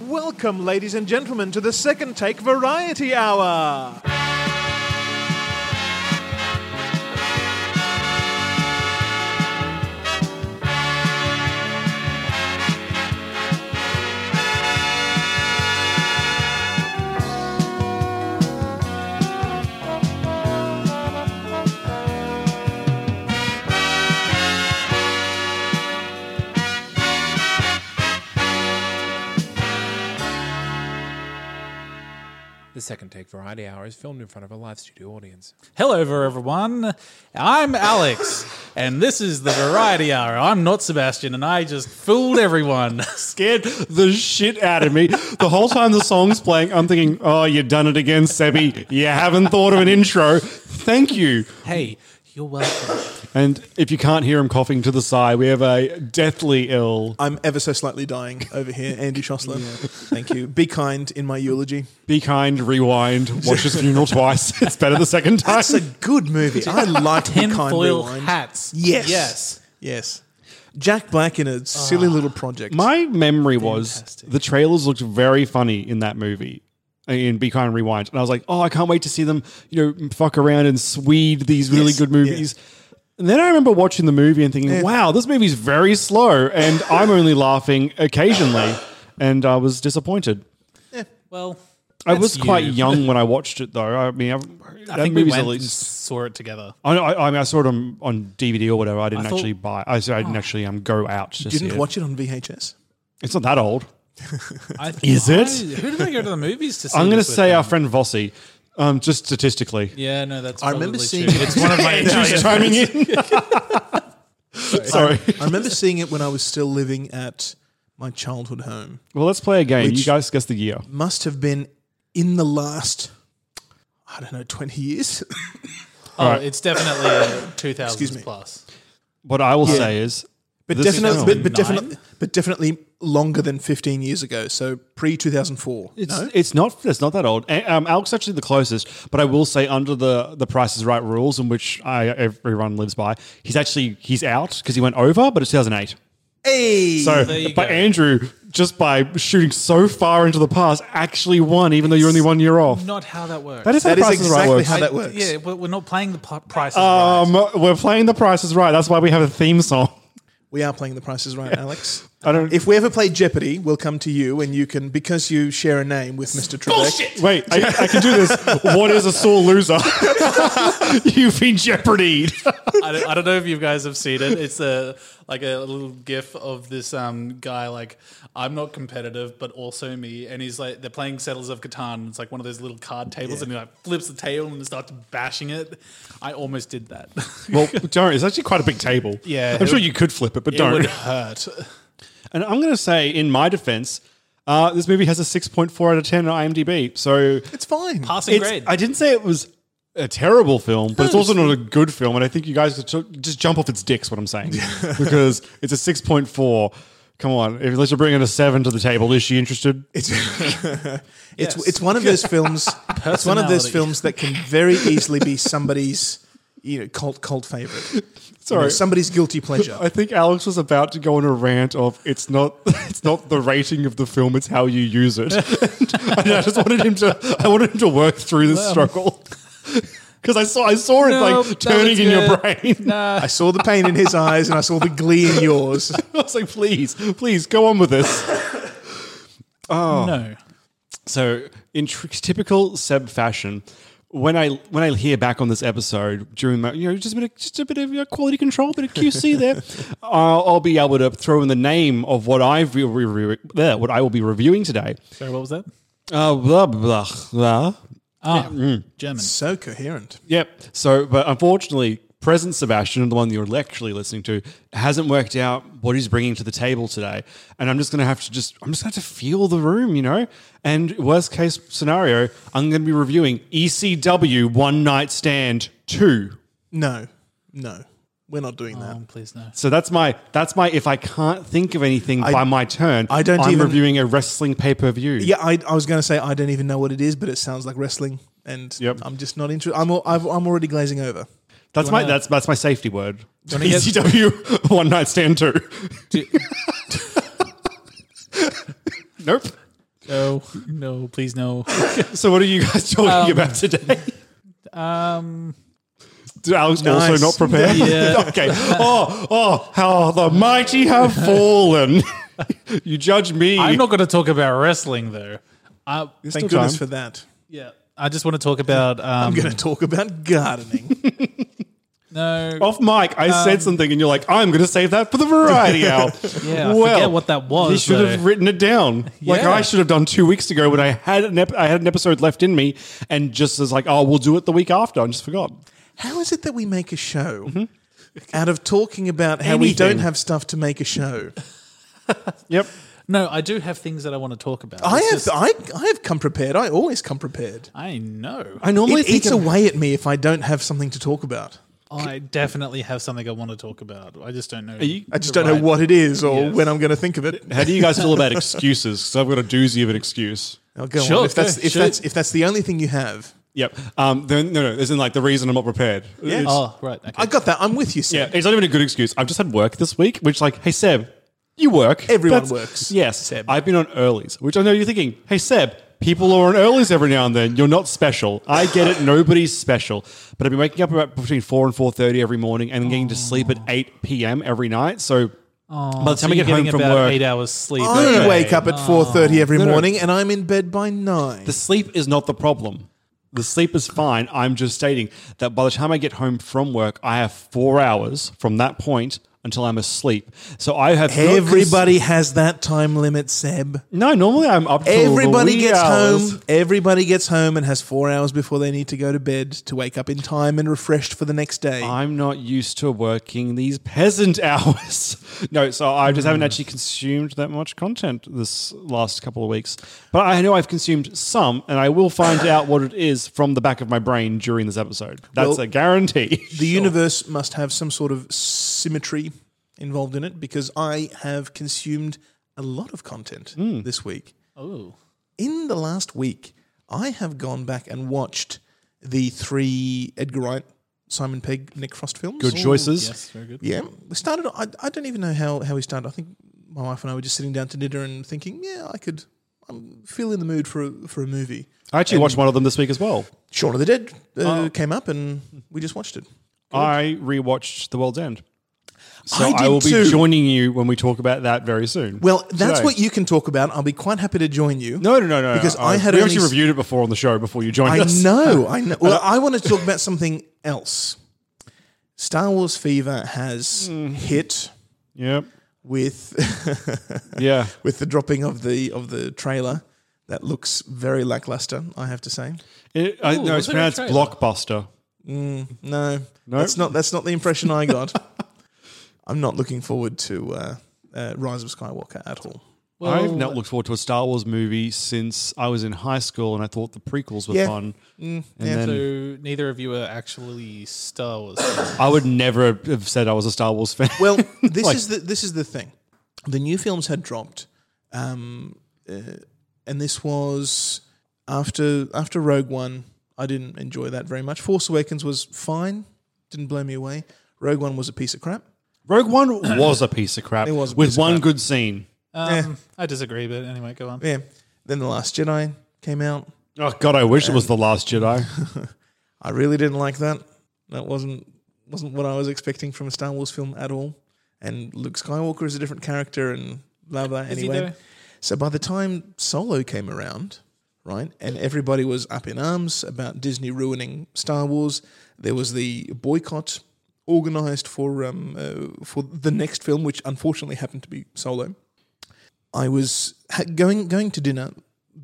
Welcome, ladies and gentlemen, to the Second Take Variety Hour. The second take variety hour is filmed in front of a live studio audience. Hello, everyone. I'm Alex, and this is the Variety Hour. I'm not Sebastian, and I just fooled everyone. scared the shit out of me. The whole time the song's playing, I'm thinking, oh, you've done it again, Sebby. You haven't thought of an intro. Thank you. hey, you're welcome. And if you can't hear him coughing to the side, we have a deathly ill. I'm ever so slightly dying over here, Andy Schossler. Thank you. Be kind in my eulogy. Be kind, rewind, watch his funeral twice. It's better the second time. That's a good movie. I liked Be Kind Tinfoil Rewind. hats. Yes. Yes. Yes. Jack Black in a silly little project. My memory was the trailers looked very funny in that movie. In Be Kind Rewind, and I was like, "Oh, I can't wait to see them, you know, fuck around and swede these really Yes, good movies." And then I remember watching the movie and thinking, "Wow, this movie's very slow," and I'm only laughing occasionally, and I was disappointed. Well, I was you. quite young when I watched it, though. I mean, I, I that think we movie's went at and least. saw it together. I, know- I, I mean, I saw it on, on DVD or whatever. I didn't I thought- actually buy. I, so I didn't actually um, go out. To didn't see watch it on VHS. It. It's not that old. I, Is it? I- who did I go to the movies to see? I'm going to this with say then? our friend Vossi, um, just statistically. Yeah, no, that's. I remember probably seeing true. it. It's one of my. Just chiming in. Sorry. I remember seeing it when I was still living at my childhood home. Well, let's play a game. Which- you guys guess the year. Must have been in the last, I don't know, 20 years. Oh, Alright. it's definitely a two Excuse me. thousand plus. What I will say is, But This is definitely, but, but 2009? definitely, but definitely longer than 15 years ago. So pre 2004. it's, No? it's not it's not that old. A- Um, Alex is actually the closest, but I will say under the the Price is Right rules, in which I, everyone lives by, he's actually he's out because he went over, but it's 2008. Hey! So, you but go. Andrew just by shooting so far into the past actually won, even though you're only one year off. Not how that works. That is how That the is Price Right exactly works. how that I- works. Yeah, we're we're not playing the p- prices. Um, right. we're playing The Price is Right. That's why we have a theme song. We are playing the prices right, Alex. I don't. If we ever play Jeopardy, we'll come to you and you can, because you share a name with Mr. Trebek. wait, I, I can do this. What is a sore loser? You've been jeopardied. I don't, I don't know if you guys have seen it. It's a like a little gif of this um, guy like I'm not competitive, but also me, and he's like they're playing Settlers of Catan. It's like one of those little card tables, and he like flips the table and starts bashing it. I almost did that. well, don't. It's actually quite a big table. Yeah, I'm it sure would- you could flip it, but it would don't. hurt. And I'm going to say, in my defense, uh, this movie has a 6.4 out of 10 on IMDb. So It's fine. Passing it's, grade. I didn't say it was a terrible film, but it's also not a good film. And I think you guys could t- just jump off its dicks. What I'm saying because it's a 6.4. Come on, if- unless you're bringing a seven to the table, is she interested? It's it's, it's one of those films. it's one of those Personality. films that can very easily be somebody's you know cult cult favorite. You know, Sorry, somebody's guilty pleasure. I think Alex was about to go on a rant of it's not it's not the rating of the film, it's how you use it. and I just wanted him to I wanted him to work through this struggle. Because I saw I saw it Nope, like that turning looks in your good. brain. I saw the pain in his eyes and I saw the glee in yours. I was like, please, please go on with this. No, So in tr- typical Seb fashion, when I when I hear back on this episode during my you know just a bit of, just a bit of you know, quality control, bit of QC there, I'll, I'll be able to throw in the name of what I've re- re- re- there, uh, what I will be reviewing today. sorry, what was that? Uh, blah, blah, blah. Ah, German. So coherent. Yep. So, but unfortunately, present Sebastian, the one you're actually listening to, hasn't worked out what he's bringing to the table today, and I'm just going to have to just I'm just going to have to feel the room, you know. And worst case scenario, I'm going to be reviewing ECW One Night Stand Two. No, no, we're not doing that. Oh, please no. So that's my that's my if I can't think of anything by my turn, I don't I'm even- reviewing a wrestling pay per view. Yeah, I, I was going to say I don't even know what it is, but it sounds like wrestling, and Yep. I'm just not interested. I'm al- I've, I'm already glazing over. that's my that's that's my safety word. wanna get- ECW One Night Stand Two. nope. No, no, please no. So what are you guys talking about today? Um, Did Alex Nice. also not prepare? Yeah. okay. Oh, oh, how the mighty have fallen. you judge me. I'm not going to talk about wrestling though. Uh, Thank still goodness time. for that. yeah, I just want to talk about. Um, I'm going to talk about gardening. no, off mic. I said something, and you're like, I'm going to save that for the variety hour. yeah, I forget what that was. You should have though. written it down, like Yeah. I should have done two weeks ago when I had an ep- I had an episode left in me, and just as like, oh, we'll do it the week after, and just forgot. how is it that we make a show out of talking about how we Mm-hmm. Anything. don't have stuff to make a show? Yep. no, I do have things that I want to talk about. I It's have just- I, I have come prepared. I always come prepared. I know. I normally It think eats of- away at me if I don't have something to talk about. I definitely have something I want to talk about. I just don't know. you- I just don't know what it is or when I'm going to think of it. How do you guys feel about excuses? Because I've got a doozy of an excuse. Now go Sure, on. If that's go, if shoot. that's if that's the only thing you have, Yep. Um. Then no, no. Isn't like the reason I'm not prepared. It's- Oh, right. Okay. I got that. I'm with you, Sam. Yeah, it's not even a good excuse. I've just had work this week, which like, hey Seb, you work. Everyone works, Yes, Seb. I've been on earlys, which I know you're thinking, hey Seb, people are on earlys every now and then. You're not special. I get it. Nobody's special. But I've been waking up about between four and four thirty every morning, and getting to sleep at eight p.m. every night. So by the time So I you're get home getting from about work, eight hours sleep. I okay. wake up at four thirty every morning, and I'm in bed by nine. The sleep is not the problem. The sleep is fine. I'm just stating that by the time I get home from work, I have four hours from that point until I'm asleep. So I have not Everybody has that time limit, Seb. No, normally I'm up. till the Everybody wee gets hours. home. Everybody gets home and has four hours before they need to go to bed to wake up in time and refreshed for the next day. I'm not used to working these peasant hours. no, so I just haven't actually consumed that much content this last couple of weeks. But I know I've consumed some, and I will find out what it is from the back of my brain during this episode. That's Well- a guarantee. the universe must have some sort of symmetry involved in it because I have consumed a lot of content Hmm. this week. Ooh. In the last week, I have gone back and watched the three Edgar Wright, Simon Pegg, Nick Frost films. Good choices. Yes, very good. Yeah, we started. I, I don't even know how, how we started. I think my wife and I were just sitting down to dinner and thinking, yeah, I could. I'm feeling the mood for a, for a movie. I actually watched one of them this week as well. Shaun of the Dead uh, came up and we just watched it. I rewatched The World's End. So I I, did will be too. joining you when we talk about that very soon. Well, that's Today. what you can talk about. I'll be quite happy to join you. No, no, no, no. Because no. I had we only actually s- reviewed it before on the show before you joined I us. know, I know. Well, I want to talk about something else. Star Wars fever has hit Yep. with Yeah. with the dropping of the of the trailer. That looks very lackluster, I have to say. It, I, no, was it's there a pronounced trailer? blockbuster. No, that's not that's not the impression I got. I'm not looking forward to uh, uh, Rise of Skywalker at all. I've not looked forward to a Star Wars movie since I was in high school, and I thought the prequels were Yeah. Mm, fun. and yeah. then So neither of you are actually Star Wars. fans. I would never have said I was a Star Wars fan. Well, this is the this is the thing. The new films had dropped, um, uh, and this was after after Rogue One. I didn't enjoy that very much. Force Awakens was fine, didn't blow me away. Rogue One was a piece of crap. Rogue One was a piece of crap was a with piece of one crap. good scene. Um, Yeah. I disagree, but anyway, go on. Yeah. Then the Last Jedi came out. Oh God, I wish it was the Last Jedi. I really didn't like that. That wasn't wasn't what I was expecting from a Star Wars film at all. And Luke Skywalker is a different character, and blah blah. he anyway, though? so by the time Solo came around, right, and everybody was up in arms about Disney ruining Star Wars, there was the boycott organized for um uh, for the next film, which unfortunately happened to be Solo. I was ha- going going to dinner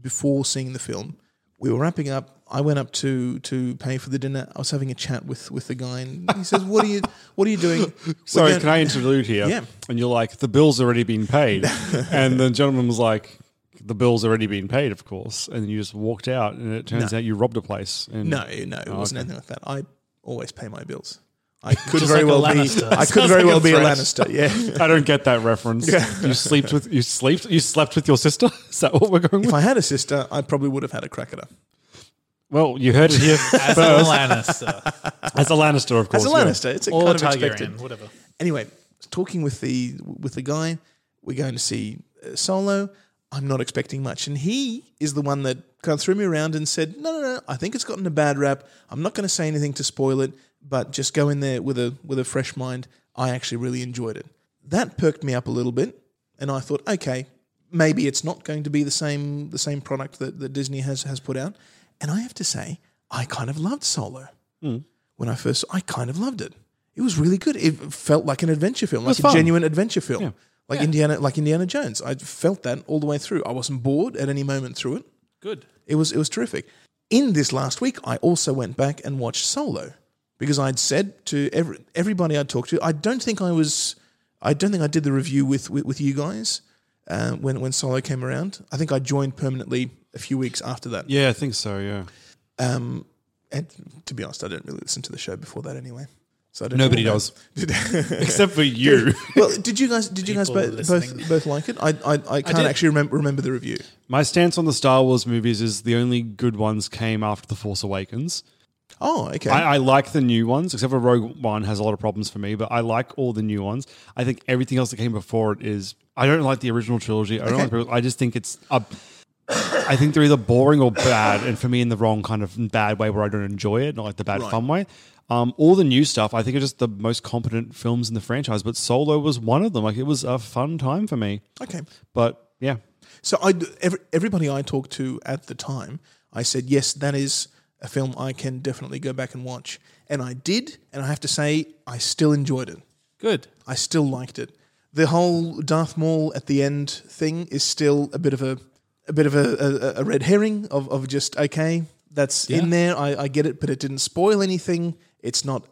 before seeing the film we were wrapping up. I went up to to pay for the dinner. I was having a chat with with the guy, and he says, "What are you What are you doing?" We're Sorry, going- can I interlude here? Yeah. And you're like, the bill's already been paid. and the gentleman was like, the bill's already been paid, of course. And you just walked out, and it turns out you robbed a place. And No, no, it wasn't okay. anything like that. I always pay my bills. I Oh, could Just very like a well be. Lannister. I could Sounds very like a well be a threat. Lannister. Yeah. I don't get that reference. You slept with you slept you slept with your sister. Is that what we're going if with? I had a sister, I probably would have had a crack at her. Well, you heard it here As a Lannister as a Lannister, of course. As a yeah. Lannister, it's a or kind of Targaryen, expected. whatever. Anyway, talking with the with the guy, we're going to see uh, Solo. I'm not expecting much, and he is the one that kind of threw me around and said, "No, no, no. I think it's gotten a bad rap. I'm not going to say anything to spoil it, but just go in there with a with a fresh mind. I actually really enjoyed it. That perked me up a little bit, and I thought, okay, maybe it's not going to be the same the same product that, that Disney has has put out. And I have to say, I kind of loved Solo when I first. I kind of loved it. It was really good. It felt like an adventure film, like a fun. genuine adventure film, like Indiana, like Indiana Jones. I felt that all the way through. I wasn't bored at any moment through it. Good. It was it was terrific. In this last week, I also went back and watched Solo because I'd said to every, everybody I'd talked to, I don't think I was, I don't think I did the review with with, with you guys uh, when when Solo came around. I think I joined permanently a few weeks after that. Yeah, I think so. Yeah. Um, and to be honest, I didn't really listen to the show before that anyway. So I don't Nobody know. does. Did- Except for you. well, did you guys? Did you guys People both, listening. both both like it? I I, I can't did. actually remember remember the review. My stance on the Star Wars movies is the only good ones came after The Force Awakens. Oh, okay. I, I like the new ones, except for Rogue One has a lot of problems for me, but I like all the new ones. I think everything else that came before it is. I don't like the original trilogy. I don't. Like, I just think it's. A, I think they're either boring or bad, and for me, in the wrong kind of bad way where I don't enjoy it, not like the bad fun way. Um, all the new stuff, I think, are just the most competent films in the franchise. But Solo was one of them. Like it was a fun time for me. okay. But yeah, So I every, everybody I talked to at the time, I said yes, that is a film I can definitely go back and watch, and I did, and I have to say I still enjoyed it. Good. I still liked it. The whole Darth Maul at the end thing is still a bit of a a bit of a, a, a red herring of, of just okay, that's in there. I, I get it, but it didn't spoil anything. It's not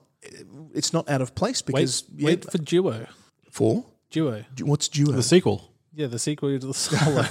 it's not out of place because Wait, wait for duo. for Duo. what's duo? the sequel. Yeah, the sequel to the solo.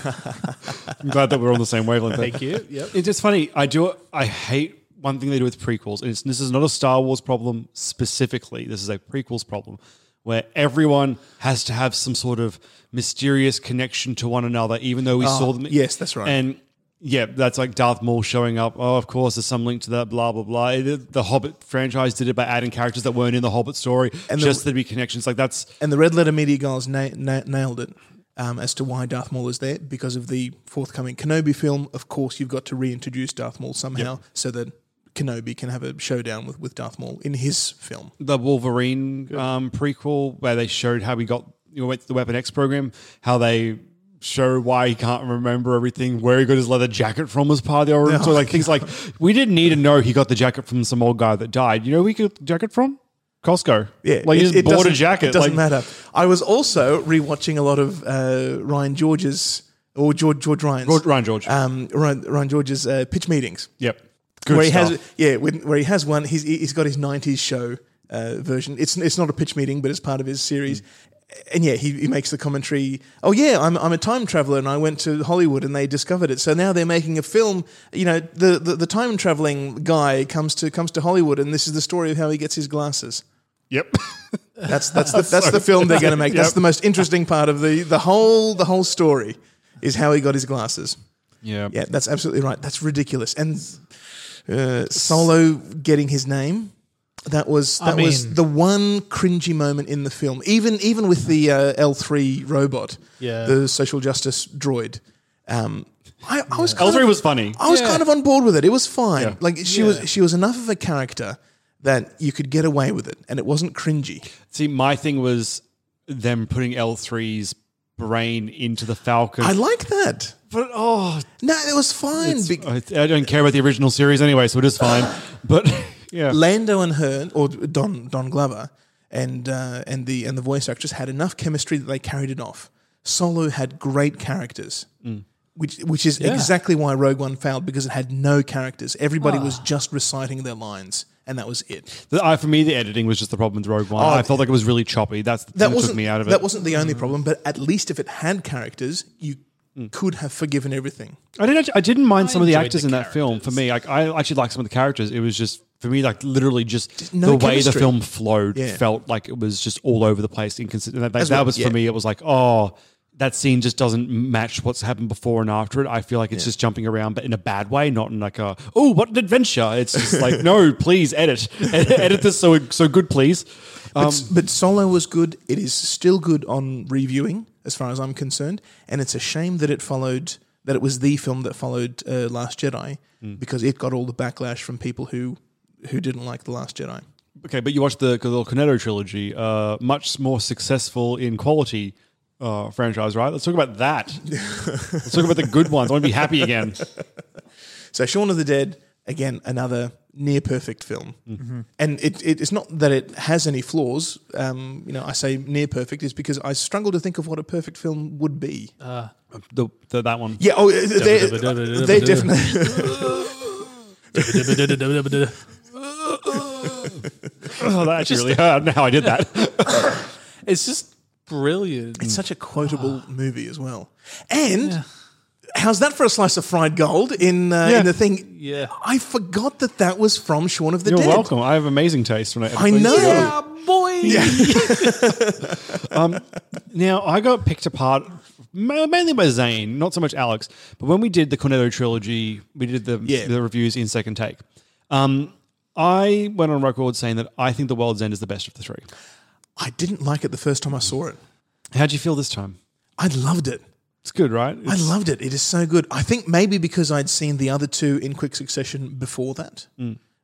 I'm glad that we're on the same wavelength. there. Thank you. Yep. It's just funny. I do. I hate one thing they do with prequels, and it's, this is not a Star Wars problem specifically. This is a prequels problem, where everyone has to have some sort of mysterious connection to one another, even though we saw them. yes, that's right. And yeah, that's like Darth Maul showing up. Oh, of course, there's some link to that. Blah blah blah. The, the Hobbit franchise did it by adding characters that weren't in the Hobbit story, And the- just to be connections. Like that's and the red letter media guys na- na- nailed it um, as to why Darth Maul is there because of the forthcoming Kenobi film. Of course, you've got to reintroduce Darth Maul somehow so that Kenobi can have a showdown with, with Darth Maul in his film. the Wolverine um, prequel where they showed how he got you know, went to the Weapon X program, how they show why he can't remember everything, where he got his leather jacket from as part of the origin. so like things like we didn't need to know he got the jacket from some old guy that died. You know where he got the jacket from? Costco. Like he just bought a doesn't- jacket. It doesn't like, matter. I was also rewatching a lot of uh, Ryan George's or George George Ryan's George- Ryan George. um, Ryan, Ryan George's uh, pitch meetings. Yep. Good where stuff. he has yeah when, where he has one he's he's got his 90s show uh, version it's it's not a pitch meeting but it's part of his Mm. series and yeah he, he makes the commentary oh yeah I'm, I'm a time traveler and I went to Hollywood and they discovered it so now they're making a film you know the the, the time traveling guy comes to comes to Hollywood and this is the story of how he gets his glasses yep. that's that's the, that's the film they're going to make that's Yep. the most interesting part of the the whole the whole story is how he got his glasses yeah. yeah, that's absolutely right. That's ridiculous. And uh, Solo getting his name. That was I that was mean- the one cringy moment in the film. Even even with the uh, L three robot, Yeah. the social justice droid. Um, I, I was kind L3 of, was funny. I was kind of on board with it. It was fine. Yeah. Like she was she was enough of a character that you could get away with it, and it wasn't cringy. See, my thing was them putting L3's brain into the Falcon. I like that. but oh No, it was fine. It's- uh, Be- I I don't care about the original series anyway, so it is fine. But yeah, Lando and her, or Don Don Glover, and uh, and the and the Mm. voice actress had enough chemistry that they carried it off. Solo had great characters. Which, which is exactly why Rogue One failed because it had no characters. Everybody Ah. was just reciting their lines, and that was it. The, I, for me, the editing was just the problem with Rogue One. I felt like it was really choppy. That's the thing Oh, That that, wasn't took me out of it. Mm. That wasn't the only problem, but at least if it had characters, you could have forgiven everything. I didn't. Actually, I didn't mind some of the enjoyed actors the in that film. For me, like I actually liked some of the characters. It was just for me, like literally just no the way the chemistry. film flowed Yeah. felt like it was just all over the place. Inconsistent. That, that, well, was yeah. for me. It was like oh. That scene just doesn't match what's happened before and after it. I feel like it's just jumping around, but in a bad way, not in like a oh, what an adventure. It's just like no, please edit, edit this so so good, please. Um, But, but Solo was good. It is still good on reviewing, as far as I'm concerned. And it's a shame that it followed that it was the film that followed uh, Last Jedi because it got all the backlash from people who who didn't like the Last Jedi. Okay, but you watched the the Cornetto trilogy, uh, much more successful in quality uh, franchise, right? Let's talk about that. Let's talk about the good ones. I want to be happy again. So Shaun of the Dead, again, another near perfect film, and it, it, it's not that it has any flaws. Um, you know, I say near perfect is because I struggle to think of what a perfect film would be. The, the, that one. yeah, oh, they're, they're definitely. Oh, that actually really hurt. Now I did that. It's just brilliant. It's such a quotable movie as well. And how's that for a slice of fried gold in uh, in the thing? Yeah. I forgot that that was from Shaun of the You're Dead. welcome. I have amazing taste when I. I know. boy. Now I got picked apart ma- mainly by Zane, not so much Alex. But when we did the Cornetto trilogy, we did the Yeah. the reviews in second take. Um, I went on record saying that I think The World's End is the best of the three. I didn't like it the first time I saw it. How'd you feel this time? I loved it. It's good, right? I loved it. It is so good. I think maybe because I'd seen the other two in quick succession before that,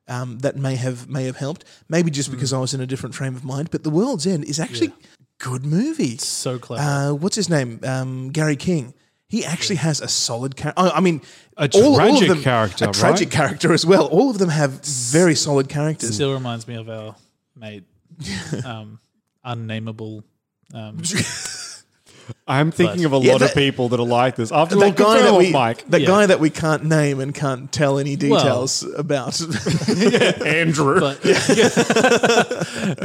um, that may have may have helped. Maybe just because I was in a different frame of mind. But The World's End is actually a good movie. so clever. Uh, what's his name? Um, Gary King. He actually has a solid character. I mean, A of tragic them- character, a tragic right? character as well. All of them have very solid characters. Still reminds me of our mate, um, unnameable. Um, I'm thinking of a lot that- of people that are like this. After all, That guy that we, Mike, that Yeah. guy that we can't name and can't tell any Well- details about. Andrew. but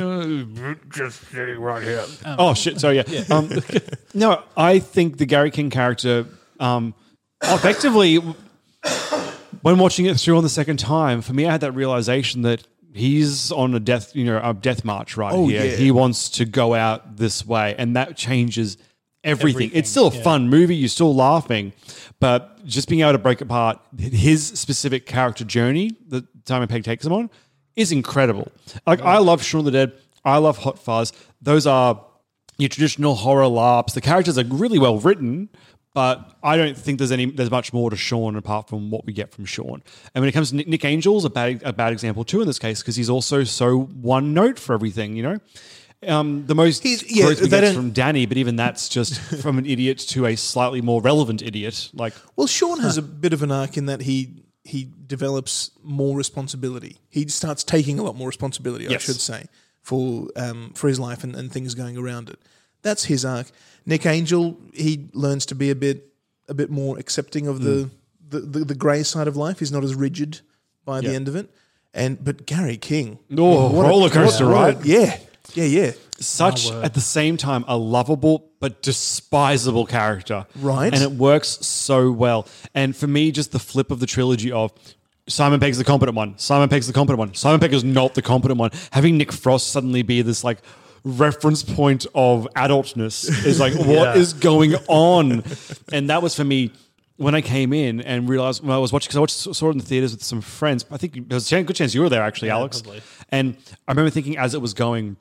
just sitting right here. oh shit! Sorry, yeah. Um, no, I think the Gary King character, um, effectively, when watching it through on the second time, for me, I had that realization that he's on a death, you know, a death march right here. Oh, yeah. He wants to go out this way, and that changes. Everything. It's still a fun movie. You're still laughing, but just being able to break apart his specific character journey, the time Peg takes him on, is incredible. Like I love Shaun of the Dead. I love Hot Fuzz. Those are your traditional horror LARPs. The characters are really well written, but I don't think there's any there's much more to Sean apart from what we get from Sean. And when it comes to Nick, Nick Angel's a bad a bad example too in this case because he's also so one note for everything. You know, um, the most He's- he's, yeah, growth we they get don't- from Danny, but even that's just from an idiot to a slightly more relevant idiot. Like Well, Sean has a bit of an arc in that he he develops more responsibility. He starts taking a lot more responsibility, I Yes. should say, for um, for his life and, and things going around it. That's his arc. Nick Angel, he learns to be a bit a bit more accepting of the, the, the, the grey side of life. He's not as rigid by the Hmm. Yeah. end of it. And but Gary King, Oh, what a- roller coaster what a- ride. Yeah, yeah, yeah. such at the same time a lovable but despisable character. Right. And it works so well. And for me, just the flip of the trilogy of Simon Pegg's the competent one, Simon Pegg's the competent one, Simon Pegg is not the competent one. Having Nick Frost suddenly be this like reference point of adultness is like, what is going on? And that was for me. When I came in and realized when I was watching, because I watched, saw it in the theaters with some friends. I think there was a chan- good chance you were there actually, Alex. And I remember thinking as it was going,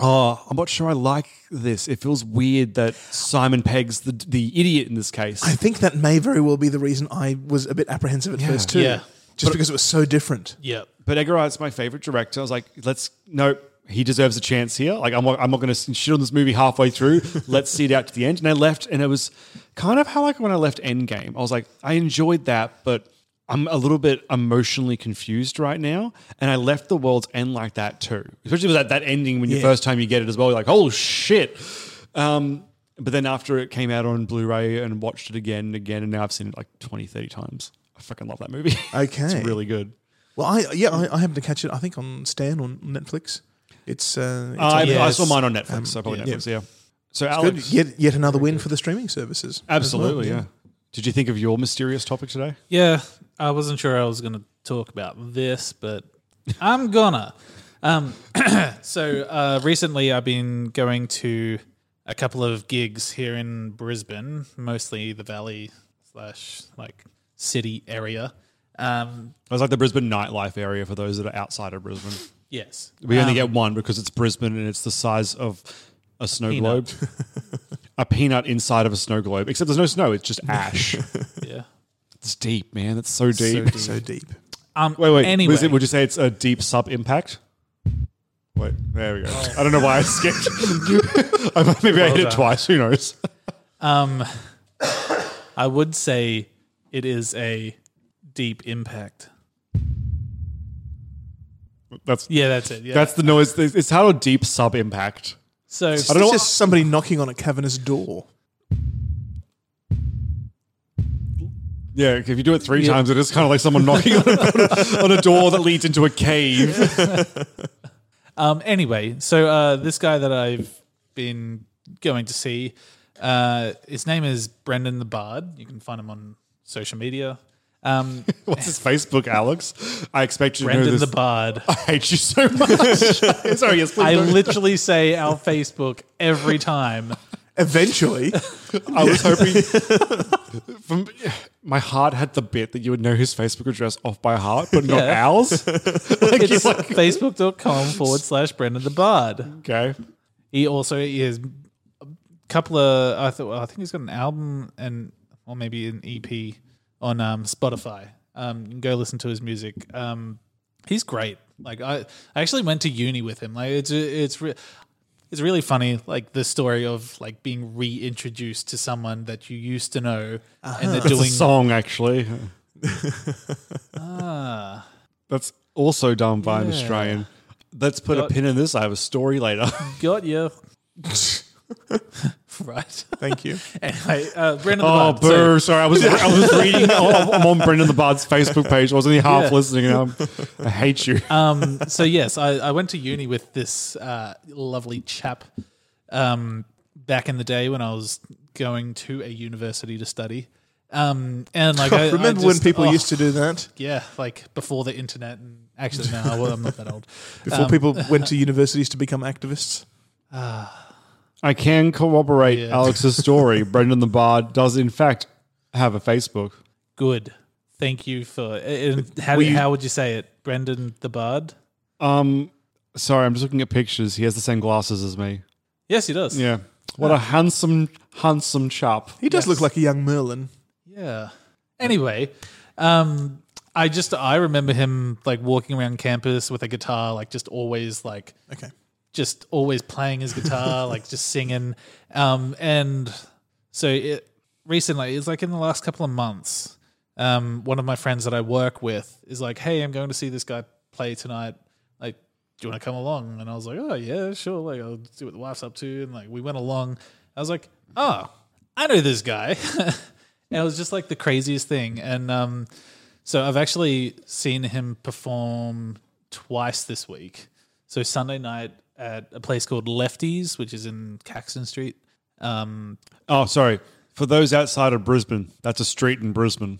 Oh, I'm not sure I like this. It feels weird that Simon Pegg's the the idiot in this case. I think that may very well be the reason I was a bit apprehensive at first too. Yeah. Just because it was so different. yeah, but Edgar Wright's my favorite director. I was like, let's nope. He deserves a chance here. Like I'm, not- I'm not going to shit on this movie halfway through. Let's see it out to the end. And I left, and it was kind of how like when I left Endgame. I was like, I enjoyed that, but I'm a little bit emotionally confused right now. And I left the world's end like that too, especially with that, that ending when you first time you get it as well. You're like, oh shit. Um, But then after it came out on Blu-ray and watched it again and again, and now I've seen it like 20, 30 times. I fucking love that movie. Okay. it's really good. Well, I yeah, I, I happened to catch it. I think on Stan on Netflix. It's, uh, it's I, on- I Yes. saw mine on Netflix, Um, so probably yeah. Netflix. Yeah. So Good. Ah, Alex, Yet yet another win for the streaming services. as well, absolutely. yeah. Did you think of your mysterious topic today? Yeah, I wasn't sure I was going to talk about this, but I'm gonna. Um, so uh, recently, I've been going to a couple of gigs here in Brisbane, mostly the Valley slash like city area. Um, It was like the Brisbane nightlife area for those that are outside of Brisbane. yes, We only Um, get one because it's Brisbane and it's the size of a snow Peanut. globe. a peanut inside of a snow globe, except there's no snow, it's just ash. yeah. it's deep, man. That's so deep. So deep. Um, Wait, wait. Anyway, Was it, would you say it's a deep sub impact? Wait, there we go. I don't know why I skipped. I might- Maybe I hit it done. twice. Who knows? Um, I would say it is a deep impact. That's Yeah, that's it. Yeah. that's the noise. It's how a deep sub impact. so I don't know it's what- just somebody knocking on a cavernous door. Yeah, if you do it three times, it is kind of like someone knocking on a, on a door that leads into a cave. Um, anyway, so uh, this guy that I've been going to see, uh, his name is Brendan the Bard. You can find him on social media. Um, What's his Facebook, Alex? I expect you to know Brendan this. the Bard. I hate you so much. Sorry, yes, please. I don't. literally say our Facebook every time. Eventually, I was hoping. From, my heart had the bit that you would know his Facebook address off by heart, but not Yeah. ours. like, It's it's like, facebook.com forward slash Brendan the Bard. okay. He also he has a couple of, I, th- I think he's got an album and, or maybe an EP on um, Spotify. Um, you can go listen to his music. Um, he's great. Like I, I actually went to uni with him. Like it's it's re- it's really funny. Like the story of like being reintroduced to someone that you used to know, and they're It's Uh-huh. a doing song, actually. ah, That's also done by an Australian. Let's put a Got- pin in this. I have a story later. got you. right. thank you. anyway, uh, Brendan. oh, the Bard, so- boo. Sorry, I was, I was reading. Oh, I'm I'm on Brendan the Bard's Facebook page. I was only half Yeah. listening. And I'm, I hate you. um, so yes, I, I went to uni with this uh, lovely chap um, back in the day when I was going to a university to study. Um, and like, I, I Remember when just- people oh, used to do that? yeah, like before the internet. And actually, no, I- well, I'm not that old. Before Um, people went to universities to become activists? I can corroborate Yeah. Alex's story. Brendan the Bard does, in fact, have a Facebook. Good. Thank you for. And how, you- how would you say it, Brendan the Bard? Um, sorry, I'm just looking at pictures. He has the same glasses as me. Yes, he does. Yeah. What Ah. a handsome, handsome chap. He does look like a young Merlin. Yeah. Anyway, um, I just I remember him like walking around campus with a guitar, like just always like Okay. just always playing his guitar, like just singing. Um, and so it recently, it's like in the last couple of months, um, one of my friends that I work with is like, "Hey, I'm going to see this guy play tonight. Like, do you want to come along?" And I was like, "Oh yeah, sure. Like, I'll see what the wife's up to." And like, we went along. I was like, "Oh, I know this guy." and it was just like the craziest thing. And um, so I've actually seen him perform twice this week. So Sunday night at a place called Lefties, which is in Caxton Street. Um, Oh, sorry. For those outside of Brisbane, that's a street in Brisbane.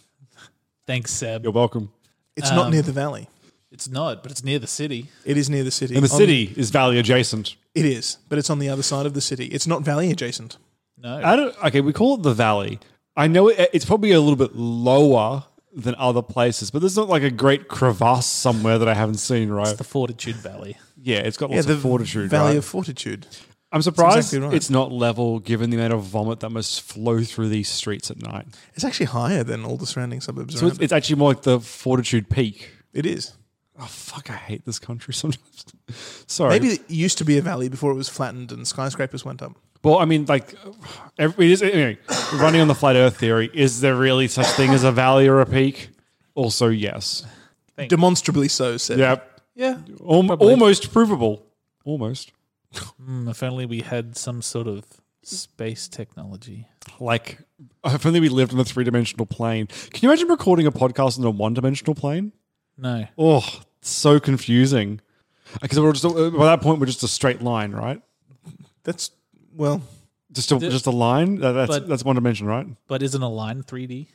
thanks, Seb. You're welcome. It's not Um, near the valley. It's not, but it's near the city. It is near the city. And the On- city is valley adjacent. It is, but it's on the other side of the city. It's not valley adjacent. No, Ah. I don't. Okay, we call it the valley. I know it, it's probably a little bit lower than other places, but there's not like a great crevasse somewhere that I haven't seen, right? the Fortitude Valley. yeah, it's got lots of fortitude. Valley right? of Fortitude. I'm surprised exactly right. it's not level given the amount of vomit that must flow through these streets at night. It's actually higher than all the surrounding suburbs. So around it's, it's actually more like the Fortitude Peak. it. it is. Oh fuck! I hate this country sometimes. Sorry. Maybe it used to be a valley before it was flattened and skyscrapers went up. Well, I mean, like, every, it is, anyway, running on the flat Earth theory. Is there really such thing as a valley or a peak? Also, yes. Demonstrably so, said. Yep. Yeah. Al- almost provable. Almost. Hmm, Mm, if only we had some sort of Space technology. Like, uh, if only we lived on a three dimensional plane. Can you imagine recording a podcast on a one dimensional plane? No. Oh, so confusing. Because we're just uh, by that point we're just a straight line, right? That's well, Just a, just a line. That- That's but- that's one dimension, right? But isn't a line 3D?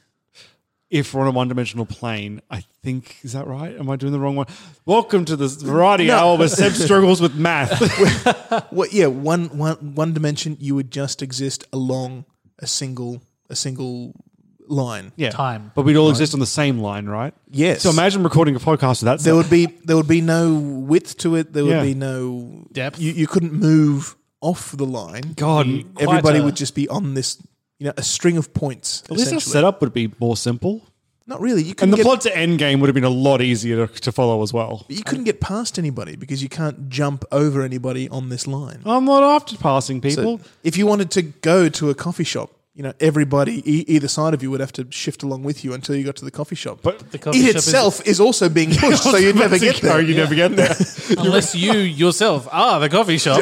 If we're on a one dimensional plane, I think is that right? Am I doing the wrong one? Welcome to this variety hour where Seb struggles with math. well, yeah. One one one dimension, you would just exist along a single a single line. yeah, Time. but we'd all exist on the same line, right? Yes. So imagine recording a podcast with that. there would be there would be no width to it. There would Yeah. be no Depth. You, you couldn't move off the line. God, Everybody a- would just be on this, you know, a string of points. at least our essentially. setup would be more simple, Not really. You and couldn't the get, plot to Endgame would have been a lot easier to, to follow as well. you couldn't get past anybody because you can't jump over anybody on this line. I'm not after passing people. So if you wanted to go to a coffee shop, you know, everybody e- either side of you would have to shift along with you until you got to the coffee shop. But The it itself is also being pushed, so you'd never get Oh, there. you never get there. unless you yourself are the coffee shop,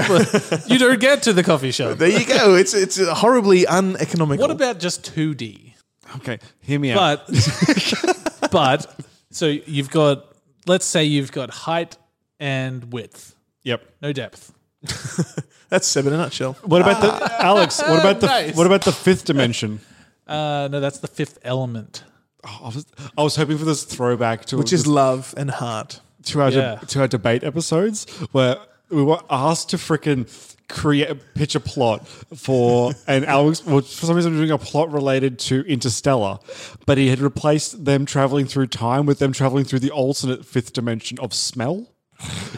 you don't get to the coffee shop. There you go. It's it's horribly uneconomical. What about just 2D? okay, hear me out. But but so you've got let's say you've got height and width, Yep. no depth. that's Seb in a nutshell? What about Ah, the Alex? What about the Nice. what about the fifth dimension? Uh, no, that's the fifth element. Oh, I, was, I was hoping for this throwback to Which is love and heart. to our de- Yeah. to our debate episodes where we were asked to frickin' create pitch a plot for and Alex well, for some reason doing a plot related to Interstellar, but he had replaced them traveling through time with them traveling through the alternate fifth dimension of smell.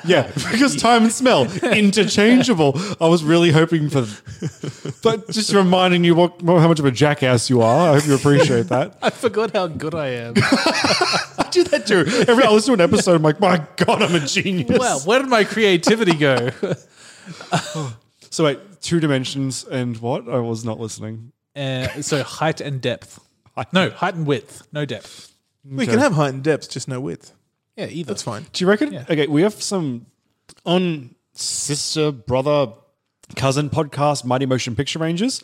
Yeah, because time and smell interchangeable. I was really hoping for, but just reminding you what how much of a jackass you are. I hope you appreciate that. I forgot how good I am. I do that too. Every I listen to an episode, I'm like, my god, I'm a genius. well, where did my creativity go? So wait, two dimensions and what? I was not listening. Uh, so height and depth. No, height and width, no depth. We can have height and depth, just no width. Yeah, either. That's fine. Do you reckon? Okay, we have some on sister, brother, cousin podcast, Mighty Motion Picture Rangers.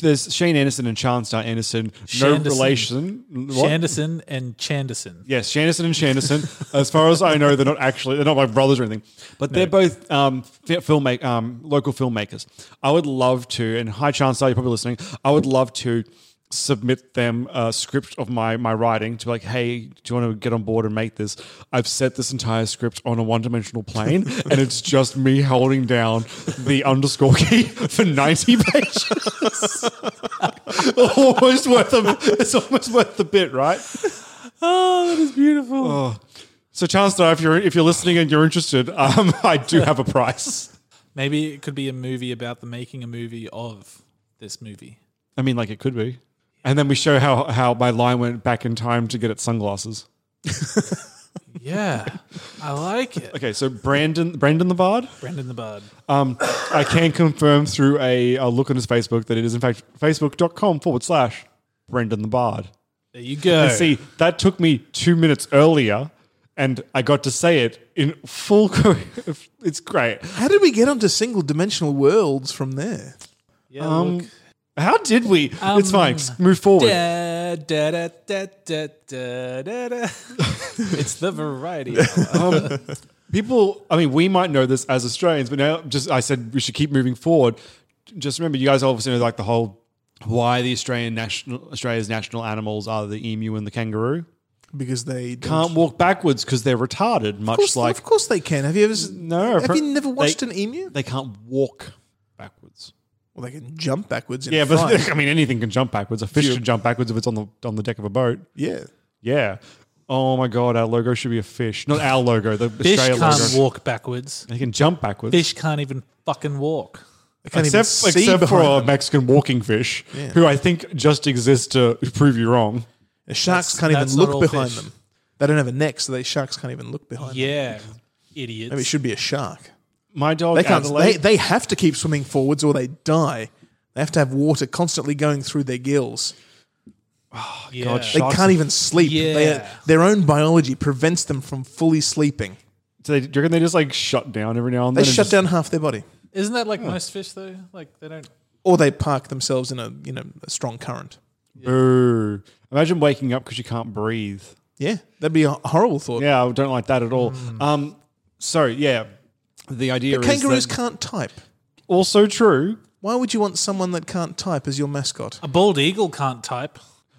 There's Shane Anderson and Chan Star Anderson, no Shanderson. relation. What? Chanderson and Chanderson. Yes, Shanderson and Shanderson. as far as I know, they're not actually they're not my brothers or anything, but they're both um, fi- filmmake um, local filmmakers. I would love to, and high chance are you probably listening. I would love to submit them a script of my my writing to be like, hey, do you want to get on board and make this? I've set this entire script on a one dimensional plane, and it's just me holding down the underscore key for ninety pages. almost worth a, it's almost worth the bit, right? Oh, that is beautiful. So, Chancellor, if you're if you're listening and you're interested, um, I do have a price. Maybe it could be a movie about the making a movie of this movie. I mean, like it could be. And then we show how how my line went back in time to get its sunglasses. Yeah, I like it. Okay, so Brandon Brandon Levard, Brendan the Bard. um, I can confirm through a, a look on his Facebook that it is in fact facebook.com forward slash Brendan the Bard. There you go. And see, that took me two minutes earlier, and I got to say it in full. Co- it's great. How did we get onto single dimensional worlds from there? yeah, Um, how did we? it's fine. Move forward. Da, da, da, da, da, da, da, da. it's the variety. hour. um, people, I mean, we might know this as Australians, but now just I said we should keep moving forward. Just remember, you guys obviously know like the whole why the Australian national Australia's national animals are the emu and the kangaroo. Because they don't- Can't walk backwards because they're retarded, much Of course, like of course they can. Have you ever? s- no. Have you never watched they, an emu? They can't walk backwards. Well, they can jump backwards. In Yeah, yeah, but I mean, anything can jump backwards. A fish can jump backwards if it's on the on the deck of a boat. yeah. Yeah. Oh my god, our logo should be a fish, not our logo. The Fish Australia can't logo. walk backwards. They can jump backwards. Fish can't even fucking walk. I can't except even see except for behind a them. Mexican walking fish, who I think just exists to prove you wrong. The sharks That's- can't even that's not look all behind fish. them. They don't have a neck, so they sharks can't even look behind. them. Yeah, idiots. Maybe it should be a shark. My dog They can't. Adelaide. They, they have to keep swimming forwards or they die. They have to have water constantly going through their gills. yeah. God, They Sharks- can't even sleep. They, Yeah. their own biology prevents them from fully sleeping. do, they, do you reckon they just like shut down every now and They then? and shut just- down half their body. Isn't that like most fish though? Like they don't or they park themselves in a you know a strong current. Boo. Imagine waking up because you can't breathe. Yeah, that'd be a horrible thought. Yeah, I don't like that at all. Hmm. Um, so yeah, the idea is Kangaroos that- can't type. also true. Why would you want someone that can't type as your mascot? A bald eagle can't type.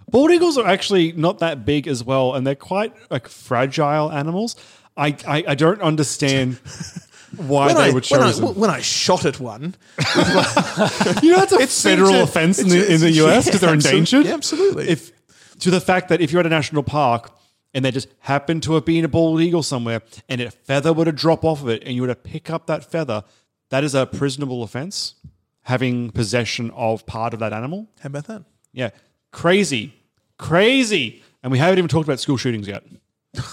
Bald eagles are actually not that big as well, and they're quite like fragile animals. I I, I don't understand why When they I, were when, I, chosen. when I shot at one, you know, that's a It's federal offense in the, in the US because they're endangered. Yeah, absolutely. If to the fact that if you're at a national park and there just happened to have been a bald eagle somewhere, and a feather were to drop off of it, and you were to pick up that feather, that is a prisonable offense. Having possession of part of that animal, How about that? yeah, crazy, crazy. And we haven't even talked about school shootings yet.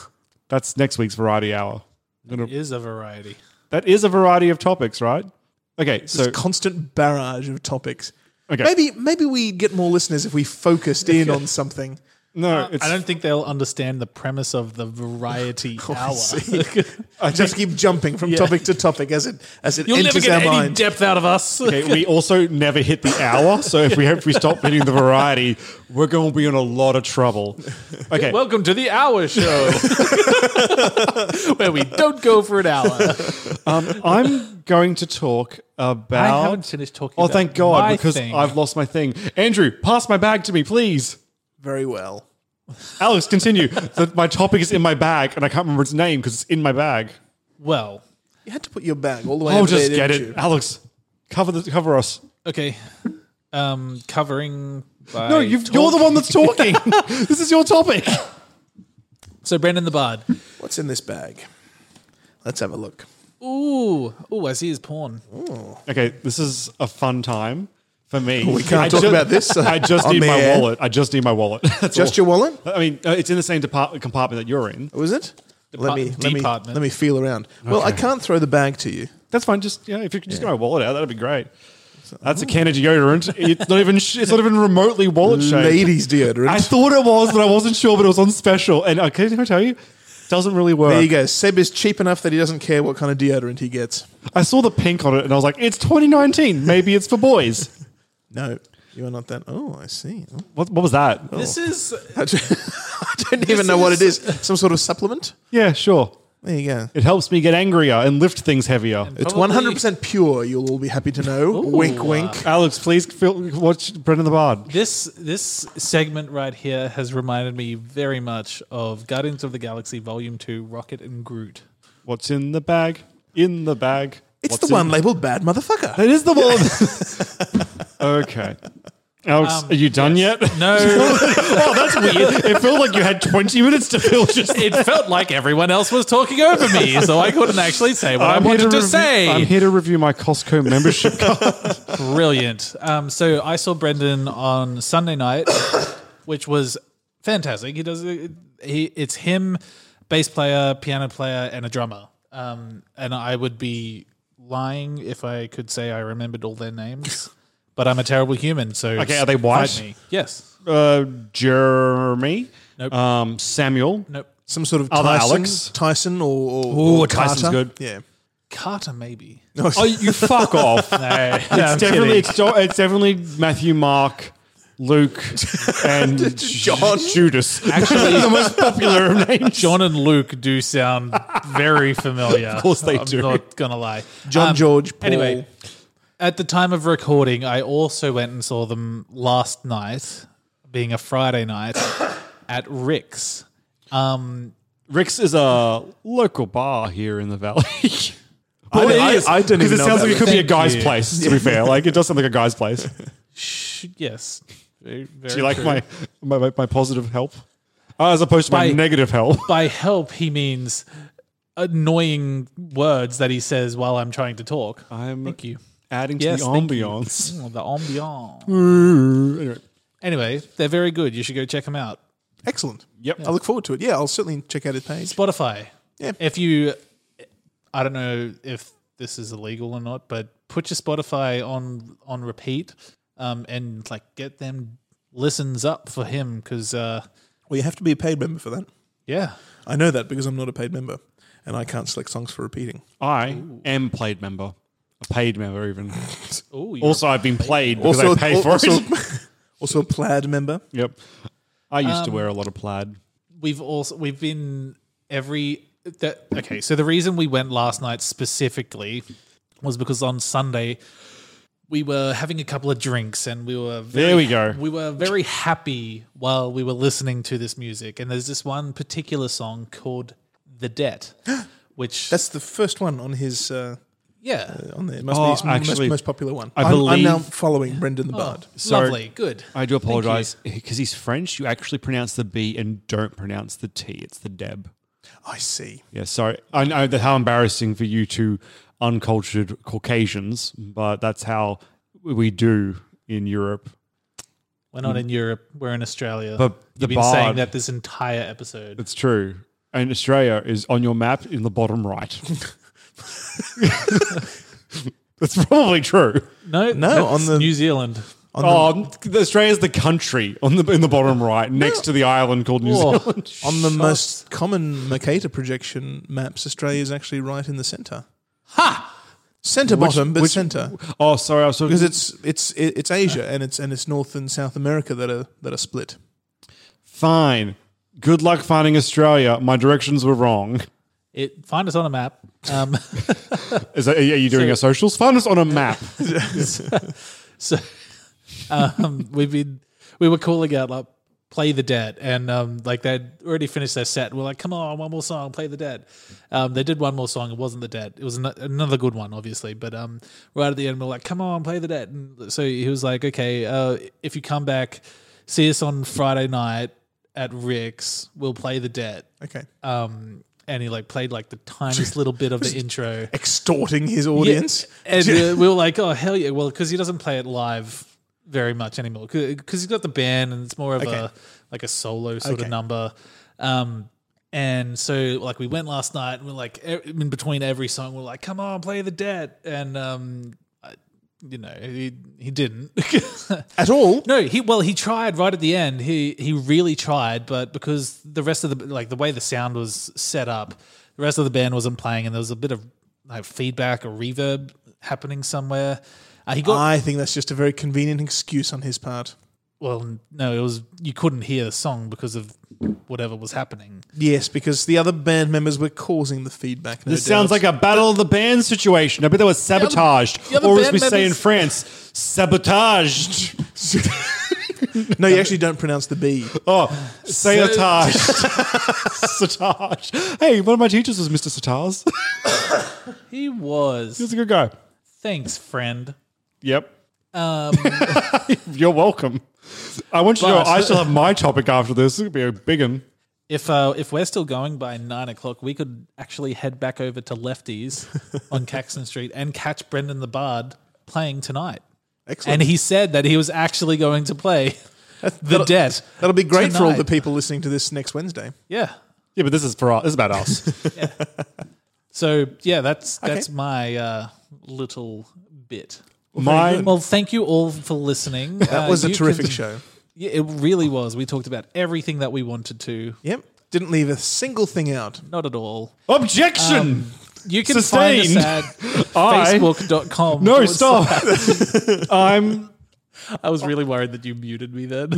That's next week's variety hour. It is a variety. That is a variety of topics, right? Okay, so This constant barrage of topics. Okay. Maybe maybe we'd get more listeners if we focused in on something. no, it's, I don't think they'll understand the premise of the variety hour. I just keep jumping from topic to topic as it as it You'll never enters get any our mind. depth out of us. Okay, we also never hit the hour, so if we if we stop hitting the variety, we're going to be in a lot of trouble. Okay, Welcome to the hour show, where we don't go for an hour. um, I'm going to talk about. I haven't finished talking Oh, about thank God, my because thing. I've lost my thing. Andrew, pass my bag to me, please. Very well. Alex, continue. The- my topic is in my bag, and I can't remember its name because it's in my bag. Well, You had to put your bag all the way. I'll over just there, get didn't it, you? Alex. Cover the cover us. okay. Um, covering. By No, you've, you're the one that's talking. this is your topic. So Brandon the Bard. What's in this bag? Let's have a look. Ooh, ooh, I see his porn. Okay, this is a fun time for me. We can't talk about this, uh, I just on need the my air. wallet. I just need my wallet. That's Just all. your wallet? I mean, uh, it's in the same depart- compartment that you're in. Was it? Let me, let me department. let me feel around. Well, I can't throw the bag to you. That's fine. Just yeah, if you could just get my wallet out, that'd be great. That's oh. a can of deodorant. It's not even. sh- It's not even remotely wallet shaped. Ladies I deodorant. thought it was, but I wasn't sure. But it was on special, and I can I tell you, doesn't really work. There you go. Seb is cheap enough that he doesn't care what kind of deodorant he gets. I saw the pink on it, and I was like, "It's 2019. Maybe it's for boys." No, you are not that. Oh, I see. Oh. What, what was that? This is I don't I don't even know what it is. Some sort of supplement? Yeah, sure. There you go. It helps me get angrier and lift things heavier. It's Probably- one hundred percent pure. You'll all be happy to know. wink, wink. Alex, please feel, watch Brendan the Bard. this this segment right here has reminded me very much of Guardians of the Galaxy Volume Two, Rocket and Groot. What's in the bag? In the bag. It's What's the one in- labeled bad motherfucker. That is the one. okay. Alex, are you done yet? No, oh, that's weird. Um, It felt like you had 20 minutes to feel just. it felt like everyone else was talking over me, so I couldn't actually say what i I'm here wanted to, review- say. I'm here to review my Costco membership card. Brilliant. Um, so I saw Brendan on Sunday night, which was fantastic. He does he it's him, bass player, piano player, and a drummer. Um, and I would be lying if I could say I remembered all their names, but I'm a terrible human. So Okay, are they white? fight me. Yes. Uh, Jeremy. Nope. Um, Samuel. Nope. Some sort of Other Tyson, Alex? Tyson, or, or, or Tyson's Carter. good. Yeah, Carter maybe. Oh, you fuck off. No, It's definitely it's, do- it's definitely Matthew, Mark, Luke, and John. Judas. Actually, the most popular of names. John and Luke do sound very familiar. of course they I'm do. Not gonna lie. John Um, George. Paul. Anyway, at the time of recording, I also went and saw them last night, being a Friday night, at Rick's. Um, Rick's is a local bar here in the valley. I, Well, I, it is, I don't even Because know. it sounds about like it could this. be a guy's you. place, to be fair. Like, it does sound like a guy's place. sh- yes. Very, very Do you like true. my, my, my, my positive help? Uh, as opposed to my, My- negative help. By help, he means annoying words that he says while I'm trying to talk. I'm Thank you. adding Yes, to the thank you. ambiance. Oh, the ambiance. anyway, anyway, they're very good. You should go check them out. Excellent. Yep. I look forward to it. Yeah, I'll certainly check out his page. Spotify. Yeah. If you, I don't know if this is illegal or not, but put your Spotify on on repeat, um, and like get them listens up for him because uh, Well, you have to be a paid member for that. yeah, I know that because I'm not a paid member, and I can't select songs for repeating. I am played member. A paid member, even. Ooh, you're- also, I've been played because I paid al- for also, it. also a plaid member. yep. I used Um, to wear a lot of plaid. we've also we've been every that okay so the reason we went last night specifically was because on sunday we were having a couple of drinks and we were very, There we go. we were very happy while we were listening to this music and there's this one particular song called the debt which That's the first one on his uh, yeah on the it must Oh, be his actually, most, most popular one. I am I'm now believe- following Brendan the Bard. sorry. lovely good I Thank do you. apologize because he's French. You actually pronounce the B and don't pronounce the T. It's the Deb. I see. Yeah, sorry. I know that how embarrassing for you two uncultured Caucasians, but that's how we do in Europe. we're not in europe we're in australia But the you've been bard- saying that this entire episode It's true. And Australia is on your map in the bottom right. that's probably true. no No, on that's the- new zealand On Oh, Australia's the country on the in the bottom right, next to the island called New Oh. Zealand. the, on the most common Mercator projection maps, Australia is actually right in the centre. Ha! Centre bottom, but which- centre Oh, sorry, I was talking. because it's it's it's Asia and it's and it's North and South America that are that are split. Fine. Good luck finding Australia. My directions were wrong. It find us on a map. Um, Is that, are you doing So- a socials? Find us on a map. so um, we've been we were calling out like play the dead, and um, like they'd already finished their set. We're like, come on, one more song, play the dead. Um, they did one more song. It wasn't the dead. It was an- another good one, obviously. But um, right at the end, we're like, come on, play the dead. And so he was like, okay, uh, if you come back, see us on Friday night at Rick's. We'll play the dead. Okay, Um, and he like played like the tiniest little bit of the intro. extorting his audience. Yeah. And uh, we were like, oh, hell yeah. Well, because he doesn't play it live very much anymore. Because he's got the band and it's more of Okay. a like a solo sort Okay. of number. Um, and so like we went last night and we're like e- in between every song we're like come on play the dead and um I- you know he he didn't At all? no he well he tried right at the end he he really tried but because the rest of the like the way the sound was set up the rest of the band wasn't playing and there was a bit of like feedback or reverb happening somewhere uh, he got I think that's just a very convenient excuse on his part. well no it was you couldn't hear the song because of whatever was happening Yes, because the other band members were causing the feedback. No This sounds like a battle of the bands situation. I bet that was sabotaged. the other or as band we say in members- France, sabotaged. a no. You actually don't pronounce the B. Oh, sabotaged. Sataj. Hey, one of my teachers was Mr. Satars. he he was was a good guy. thanks friend Yep. um You're welcome. I want you to know But- I still have my topic after this. It'll be a big one. If uh, if we're still going by nine o'clock, we could actually head back over to Lefties on Caxton Street and catch Brendan the Bard playing tonight. Excellent. And he said that he was actually going to play the that'll- debt. That'll be great for all the Tonight. people listening to this next Wednesday. Yeah. Yeah, but this is for us. This is about us. So yeah, that's that's my uh, little bit. my Well, thank you all for listening. Uh, That was a terrific show. Yeah, it really was. We talked about everything that we wanted to. Yep. Didn't leave a single thing out. Not at all. objection. Um, You can find Sustained. us at I- facebook.com. no, forward stop. I'm I was really worried that you muted me then.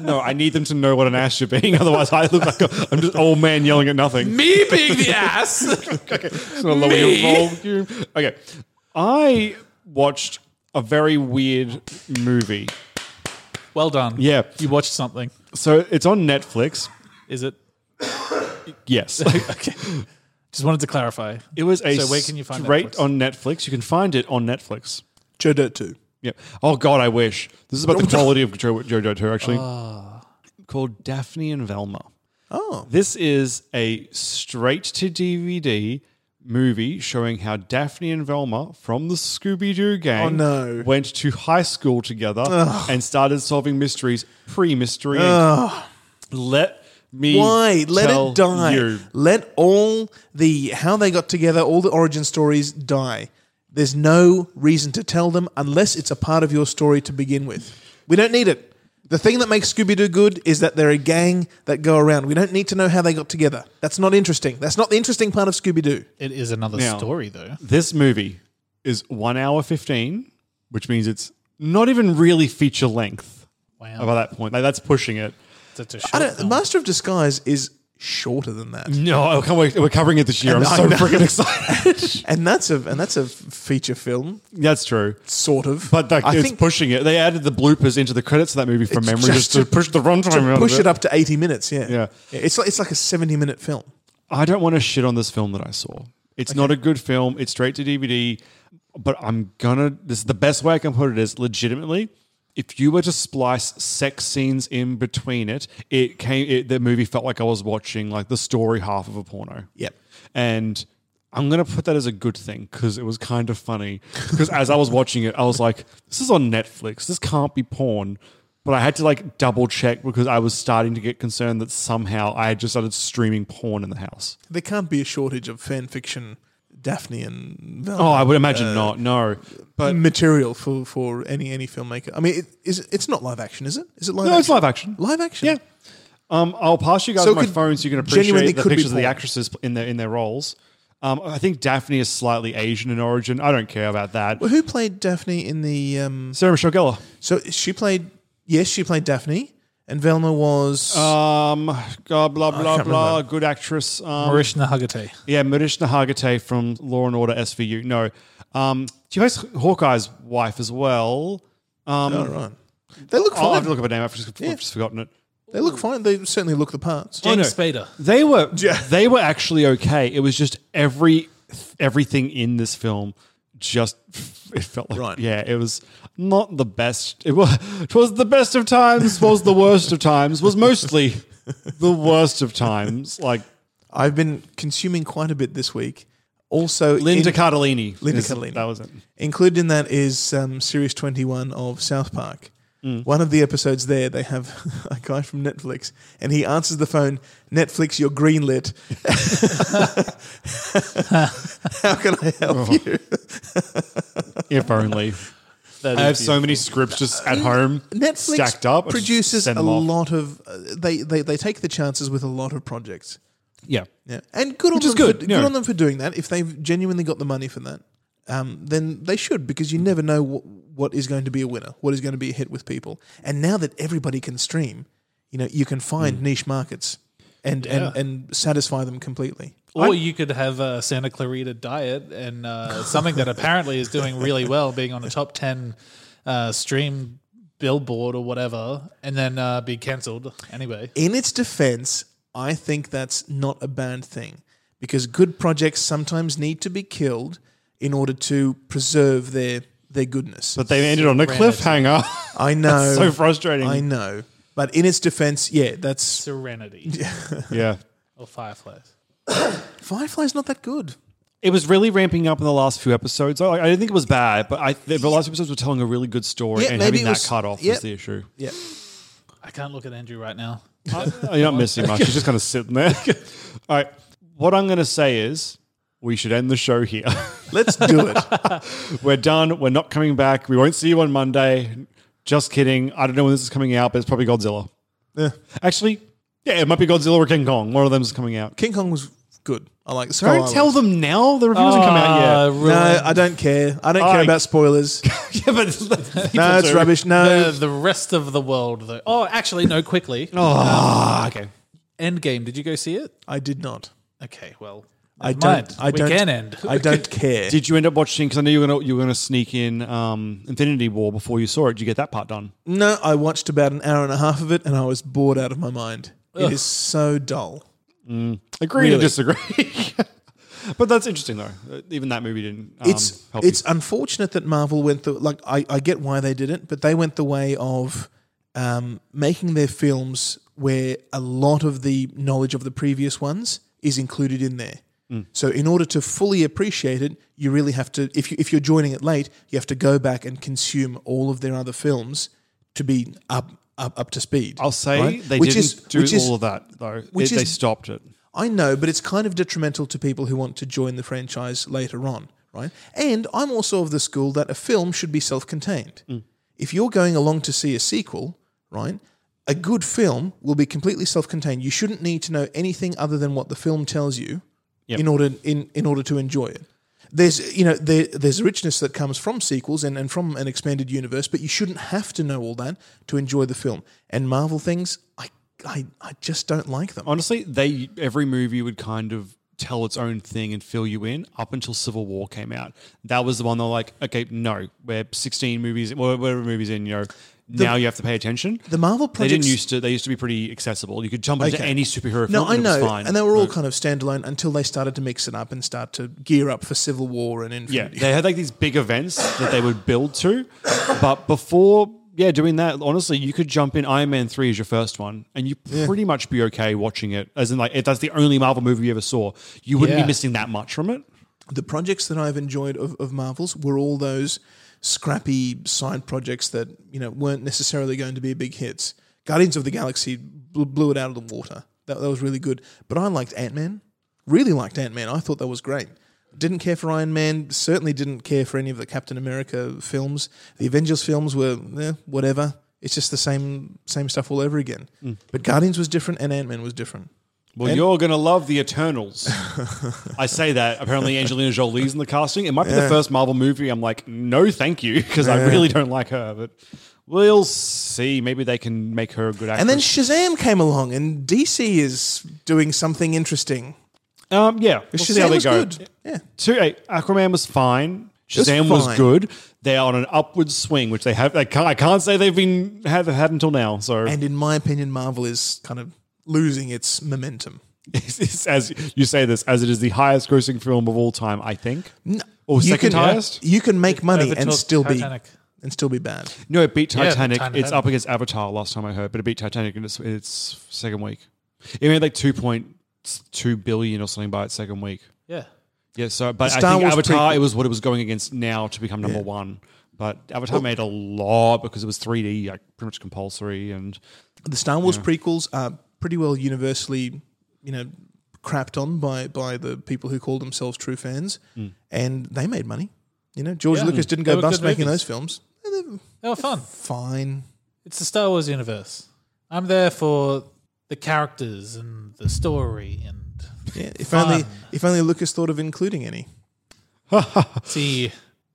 No, I need them to know what an ass you're being. Otherwise, I look like a, I'm just old man yelling at nothing. Me being the ass. It's not a lower your role, you- Okay, I watched a very weird movie. well done. Yeah. You watched something. So it's on Netflix. Is it? Yes, Just wanted to clarify. it was a So where can you find straight Netflix? on Netflix. You can find it on Netflix. Joe Dirt 2. Yeah. Oh God, I wish this is about the quality of Joe Jojo Two actually. Called Daphne and Velma. Ah. Oh. This is a straight to DVD movie showing how Daphne and Velma from the Scooby Doo gang Oh, no. went to high school together and started solving mysteries pre mystery. Let me Why? Let tell it die. you. Let all the how they got together, all the origin stories die. There's no reason to tell them unless it's a part of your story to begin with. We don't need it. The thing that makes Scooby Doo good is that they're a gang that go around. We don't need to know how they got together. That's not interesting. That's not the interesting part of Scooby Doo. It is another Now. story though. This movie is one hour 15, which means it's not even really feature length Wow. by that point. Like, that's pushing it. That's a I short don't, film. Master of Disguise is shorter than that. No, I can't wait. We're covering it this year. I'm I so know. freaking excited. And that's a and that's a feature film, that's true. sort of. But like, I it's think pushing it. They added the bloopers into the credits of that movie from It's memory just just, to to- push the runtime out to of push it up to eighty minutes. Yeah, Yeah. It's like it's like a seventy minute film. I don't want to shit on this film that I saw. It's not a good film. It's straight to DVD, but I'm gonna. This is the best way I can put it is legitimately. If you were to splice sex scenes in between it, it came. It, the movie felt like I was watching like the story half of a porno. Yep. And I'm gonna put that as a good thing because it was kind of funny. Because as I was watching it, I was like, "This is on Netflix. This can't be porn." But I had to like double check because I was starting to get concerned that somehow I had just started streaming porn in the house. There can't be a shortage of fan fiction, Daphne and Velma Oh, I would imagine not. No, but material for, for any any filmmaker. I mean, it, is it- it's not live action, is it? Is it live? no, it's live action. Live action. Yeah. Um, I'll pass you guys So it my could- phone so you can appreciate genuinely the could be pictures of the porn. actresses in their in their roles. Um, I think Daphne is slightly Asian in origin. I don't care about that. Well, who played Daphne in the? Um, Sarah Michelle Gellar. so she played. Yes, she played Daphne, and Velma was. Um, blah blah blah remember. blah. Good actress. Um, Marishna Hagate. yeah, Marishna Hargitay from Law and Order SVU. No, um, she plays Hawkeye's wife as well. Um, all right. They look I'll fine. have to look at her name. Oh, I've just, I've just forgotten it. they look fine. They certainly look the parts. James Spader. They were Yeah. they were actually okay. It was just every everything in this film just it felt like Right. yeah, it was not the best. It was twas the best of times, was the worst of times, was mostly the worst of times. Like I've been consuming quite a bit this week. Also, Linda in- Cardellini. Linda is- Cardellini. That was it. included in that is um, series twenty-one of South Park. Hmm. One of the episodes there, they have a guy from Netflix, and he answers the phone. Netflix, you're greenlit. How can I Oh. help you? If only. I have so many scripts just at home Netflix stacked up. I just produces send a them off. lot of uh, they, they they take the chances with a lot of projects. Yeah. Yeah, and good on Which is them for- good, good. yeah. on them for doing that. If they've genuinely got the money for that, um, then they should because you never know what, what is going to be a winner, what is going to be a hit with people. And now that everybody can stream, you know, you can Hmm. find niche markets and, and and satisfy them completely. Or you could have a Santa Clarita diet and uh, something that apparently is doing really well, being on a top 10 uh, stream billboard or whatever, and then uh, be cancelled anyway. In its defense, I think that's not a bad thing because good projects sometimes need to be killed in order to preserve their their goodness. But they ended on a cliffhanger. I know, so frustrating. I know. But in its defense, yeah, that's Serenity yeah. or Fireflies. Firefly's not that good. It was really ramping up in the last few episodes. I, I didn't think it was bad, but I the last episodes were telling a really good story, Yeah, and maybe having it that was- cut off yeah. was the issue. Yeah. I can't look at Andrew right now. Uh, You're not missing much. You're just kind of sitting there. All right. What I'm going to say is we should end the show here. Let's do it. We're done. We're not coming back. We won't see you on Monday. Just kidding. I don't know when this is coming out, but it's probably Godzilla. Actually, yeah, it might be Godzilla or King Kong. One of them is coming out. King Kong was good. I like Skull Don't Island. tell them now. The review hasn't come Uh, out yet. No, I don't care. I don't I- care about spoilers. yeah, but no, it's rubbish. No. Uh, the rest of the world, though. Oh, actually, no, quickly. Um, Oh, okay. Endgame, did you go see it? I did not. Okay, well, I never don't mind. I we don't can end. I don't care. Did you end up watching? Because I knew you were gonna you were gonna sneak in um, Infinity War before you saw it. Did you get that part done? No, I watched about an hour and a half of it and I was bored out of my mind. It is so dull. Agree to Really? disagree. but that's interesting though. Uh, Even that movie didn't. Um, It's help it's you. unfortunate that Marvel went the like I, I get why they did it, but they went the way of um, making their films where a lot of the knowledge of the previous ones is included in there. Hmm. So in order to fully appreciate it, you really have to if you if you're joining it late, you have to go back and consume all of their other films to be up up, up to speed. I'll say right? they Which didn't is- do which is- all of that though. which They- they is- stopped it. I know, but it's kind of detrimental to people who want to join the franchise later on, right? And I'm also of the school that a film should be self contained. If you're going along to see a sequel, right, a good film will be completely self contained. You shouldn't need to know anything other than what the film tells you in order in, in order to enjoy it. there's you know there, there's richness that comes from sequels and, and from an expanded universe, but you shouldn't have to know all that to enjoy the film. And Marvel things, I I, I just don't like them. Honestly, they every movie would kind of tell its own thing and fill you in up until Civil War came out. That was the one they're like, okay, no, we're 16 movies, well, whatever movies in, you know, now you have to pay attention. The Marvel they didn't projects- used to. They used to be pretty accessible. You could jump into Okay. any superhero No, film. I and it know, was fine. and they were all But- kind of standalone until they started to mix it up and start to gear up for Civil War and Yeah, Infinity. they had like these big events that they would build to, but before yeah doing that, honestly, you could jump in. Iron Man three is your first one, and you pretty much be okay watching it. As in, like if that's the only Marvel movie you ever saw, you wouldn't Yeah. be missing that much from it. the projects that I've enjoyed of, of Marvel's were all those scrappy side projects that you know weren't necessarily going to be big hits. Guardians of the Galaxy bl- blew it out of the water. That, that was really good. But I liked Ant Man. Really liked Ant Man. I thought that was great. Didn't care for Iron Man. Certainly didn't care for any of the Captain America films. The Avengers films were eh, whatever. It's just the same same stuff all over again. But Guardians was different and Ant Man was different. Well, you're gonna love the Eternals. I say that apparently Angelina Jolie's in the casting. It might be the first Marvel movie. I'm like, no, thank you, because I really don't like her. But we'll see. Maybe they can make her a good actress. And then Shazam came along, and DC is doing something interesting. um, yeah, we'll see Shazam how they was go. good. Yeah. Two, eh, Aquaman was fine. was Shazam was, fine. good. They're on an upward swing, which they have. They can't, I can't say they've been have had until now. So And in my opinion, Marvel is kind of losing its momentum. it's- it's as you say this, as it is the highest grossing film of all time, I think, or you second can, highest. You can make money and overtook still Titanic. be and still be bad. No, it beat Yeah, Titanic. Titanic. it's up against Avatar. Last time I heard, but it beat Titanic in its, its second week. It made like two point two billion or something by its second week. Yeah. Yeah, so but I Star think Wars Avatar prequel. it was what it was going against now to become number one. But Avatar made a lot because it was 3D, like pretty much compulsory, and The Star Wars prequels are pretty well universally, you know, crapped on by by the people who call themselves true fans, Hmm. and they made money. You know, George Lucas didn't They go were bust good making movies. those films. They were Oh, fun. Fine. It's the Star Wars universe. I'm there for the characters and the story and Yeah. If only if only Lucas thought of including any. see.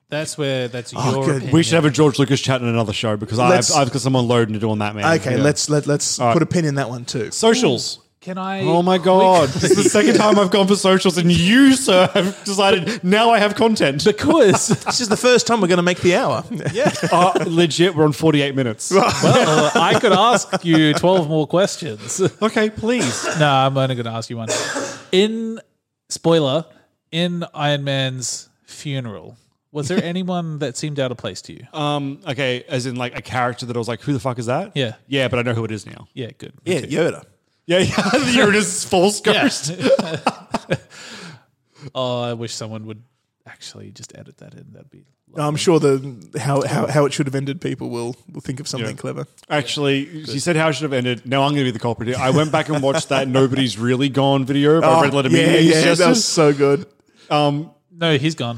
That's where that's Oh, your good. opinion. we should have a George Lucas chat in another show because I've, Let's- I've got someone loading to do on that man. Okay, Yeah. let's let let's put a pin in that one too. socials. Can I? Oh my god, this is the second time I've gone for socials, and you, sir, have decided now I have content Oh, because This is the first time we're going to make the hour. Yeah. uh, legit we're on 48 minutes. Well, I could ask you twelve more questions. okay, please. no, I'm only going to ask you one. In spoiler, in Iron Man's funeral, was there anyone that seemed out of place to you? Um, okay, as in like a character that I was like, who the fuck is that? Yeah. yeah, but I know who it is now. yeah, good. Yeah, Yoda. Yeah, yeah, the Uranus false ghost. Oh, I wish someone would actually just edit that in. That'd be. I'm sure the how, how, how it should have ended people will, will think of something Yeah. clever. Actually, she said how it should have ended. Now I'm going to be the culprit here. I went back and watched that Nobody's Really Gone video by Oh, Oh, Red Letter yeah, Media. yeah, that was so good. um, No, he's gone.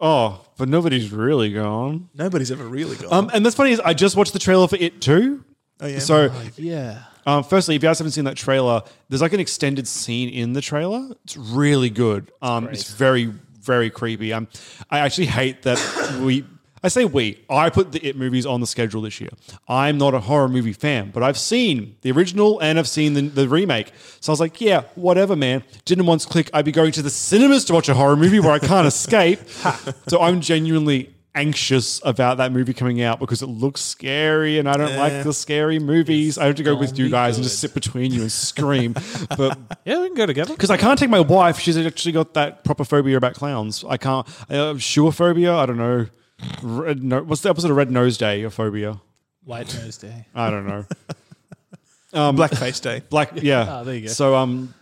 oh, but Nobody's Really Gone. Nobody's ever really gone. Um, and that's funny is I just watched the trailer for It Too. oh, yeah. So, Yeah. um, firstly, if you guys haven't seen that trailer, there's like an extended scene in the trailer. It's really good. Um, it's very, very creepy. Um, I actually hate that we. I say we. I put the It movies on the schedule this year. I'm not a horror movie fan, but I've seen the original and I've seen the, the remake. So I was like, yeah, whatever, man. Didn't once click. I'd be going to the cinemas to watch a horror movie where I can't escape. So I'm genuinely anxious about that movie coming out because it looks scary and I don't like the scary movies. I have to go with you guys and just sit between you and scream. but Yeah, we can go together. because I can't take my wife, she's actually got that proper phobia about clowns. I can't. Uh, sure phobia. I don't know. Red no- What's the opposite of red nose day? A phobia. White Nose Day. I don't know. Blackface Day. Black. Yeah. Um, Ah, there you go. So um,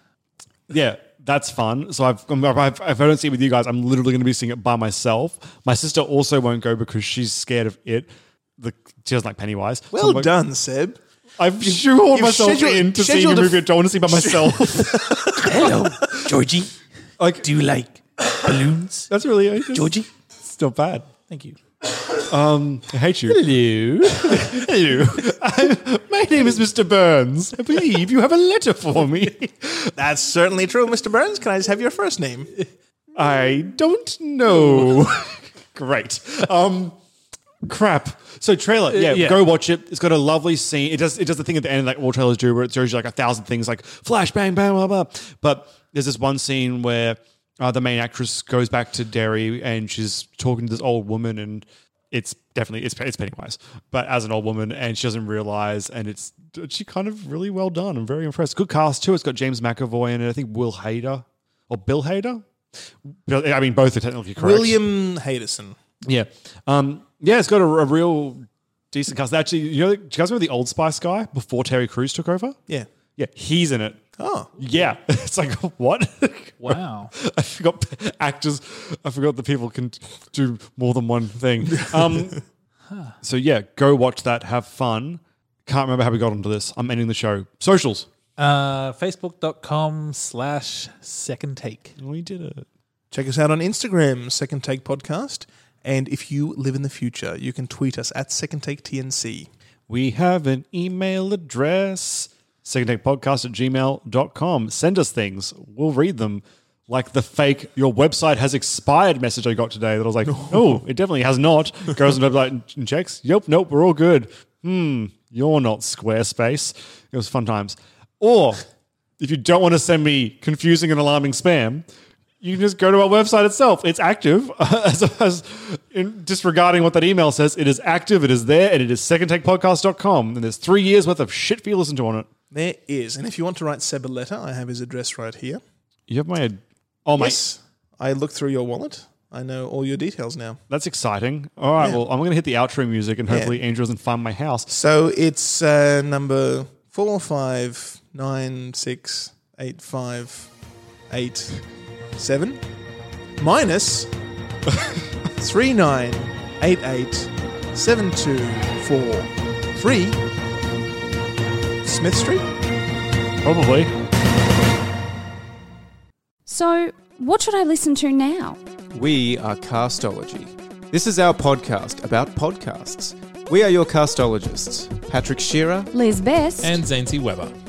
yeah, that's fun. So I've, I'm, I've if I don't see it with you guys, I'm literally going to be seeing it by myself. My sister also won't go because she's scared of it. The, she doesn't like Pennywise. So Well I'm like, done, Seb. I've shoehorned you've myself scheduled- into seeing a scheduled a movie I f- don't want to see by myself. Hello, Georgie. like Do you like balloons? that's really it's just- Georgie? It's not bad. Thank you. I hate you. Hello. Hello. I- my name is Mr. Burns. I believe you have a letter for me. That's certainly true, Mr. Burns. Can I just have your first name? I don't know. Great. Um, crap. So trailer, yeah, yeah. go watch it. It's got a lovely scene. It does it does the thing at the end like all trailers do, where it shows you like a thousand things, like flash bang bang blah blah. But there's this one scene where uh, the main actress goes back to Derry and she's talking to this old woman, and it's definitely it's it's Pennywise, but as an old woman, and she doesn't realize, and it's she kind of really well done. I'm very impressed. Good cast too. It's got James McAvoy in it. I think Will Hader or Bill Hader. I mean, both are technically correct. William Haderson. Yeah. Um, yeah, it's got a, a real decent cast. Actually, you know, do you guys remember the Old Spice guy before Terry Crews took over? Yeah. Yeah, he's in it. Oh. Yeah. It's like, what? Wow. I forgot actors. I forgot that people can do more than one thing. Um, so, yeah, go watch that. Have fun. Can't remember how we got onto this. I'm ending the show. Socials. Uh, Facebook.com slash second take. We did it. Check us out on Instagram, Second Take Podcast. And if you live in the future, you can tweet us at Second Take TNC. We have an email address, secondtakepodcast at gmail.com. Send us things. We'll read them. Like the fake, your website has expired message I got today that I was like, oh, it definitely has not. Goes on the website and- and checks. Yep, nope, we're all good. Hmm, you're not Squarespace. It was fun times. Or if you don't want to send me confusing and alarming spam, you can just go to our website itself. It's active. As, as in disregarding what that email says, it is active, it is there, and it is secondtakepodcast.com. And there's three years worth of shit for you to listen to on it. There is. And if you want to write Seb a letter, I have his address right here. You have my. Oh, my. Yes. I looked through your wallet. I know all your details now. That's exciting. All right. Well, I'm going to hit the outro music and hopefully Andrew doesn't find my house. So it's uh, number four, five, nine, six, eight, five, eight, seven, minus three, nine, eight, eight, seven, two, four, three. Smith Street. Probably. So, what should I listen to now? We are Castology. This is our podcast about podcasts. We are your castologists, Patrick Shearer. Liz Best. And Zancy Weber.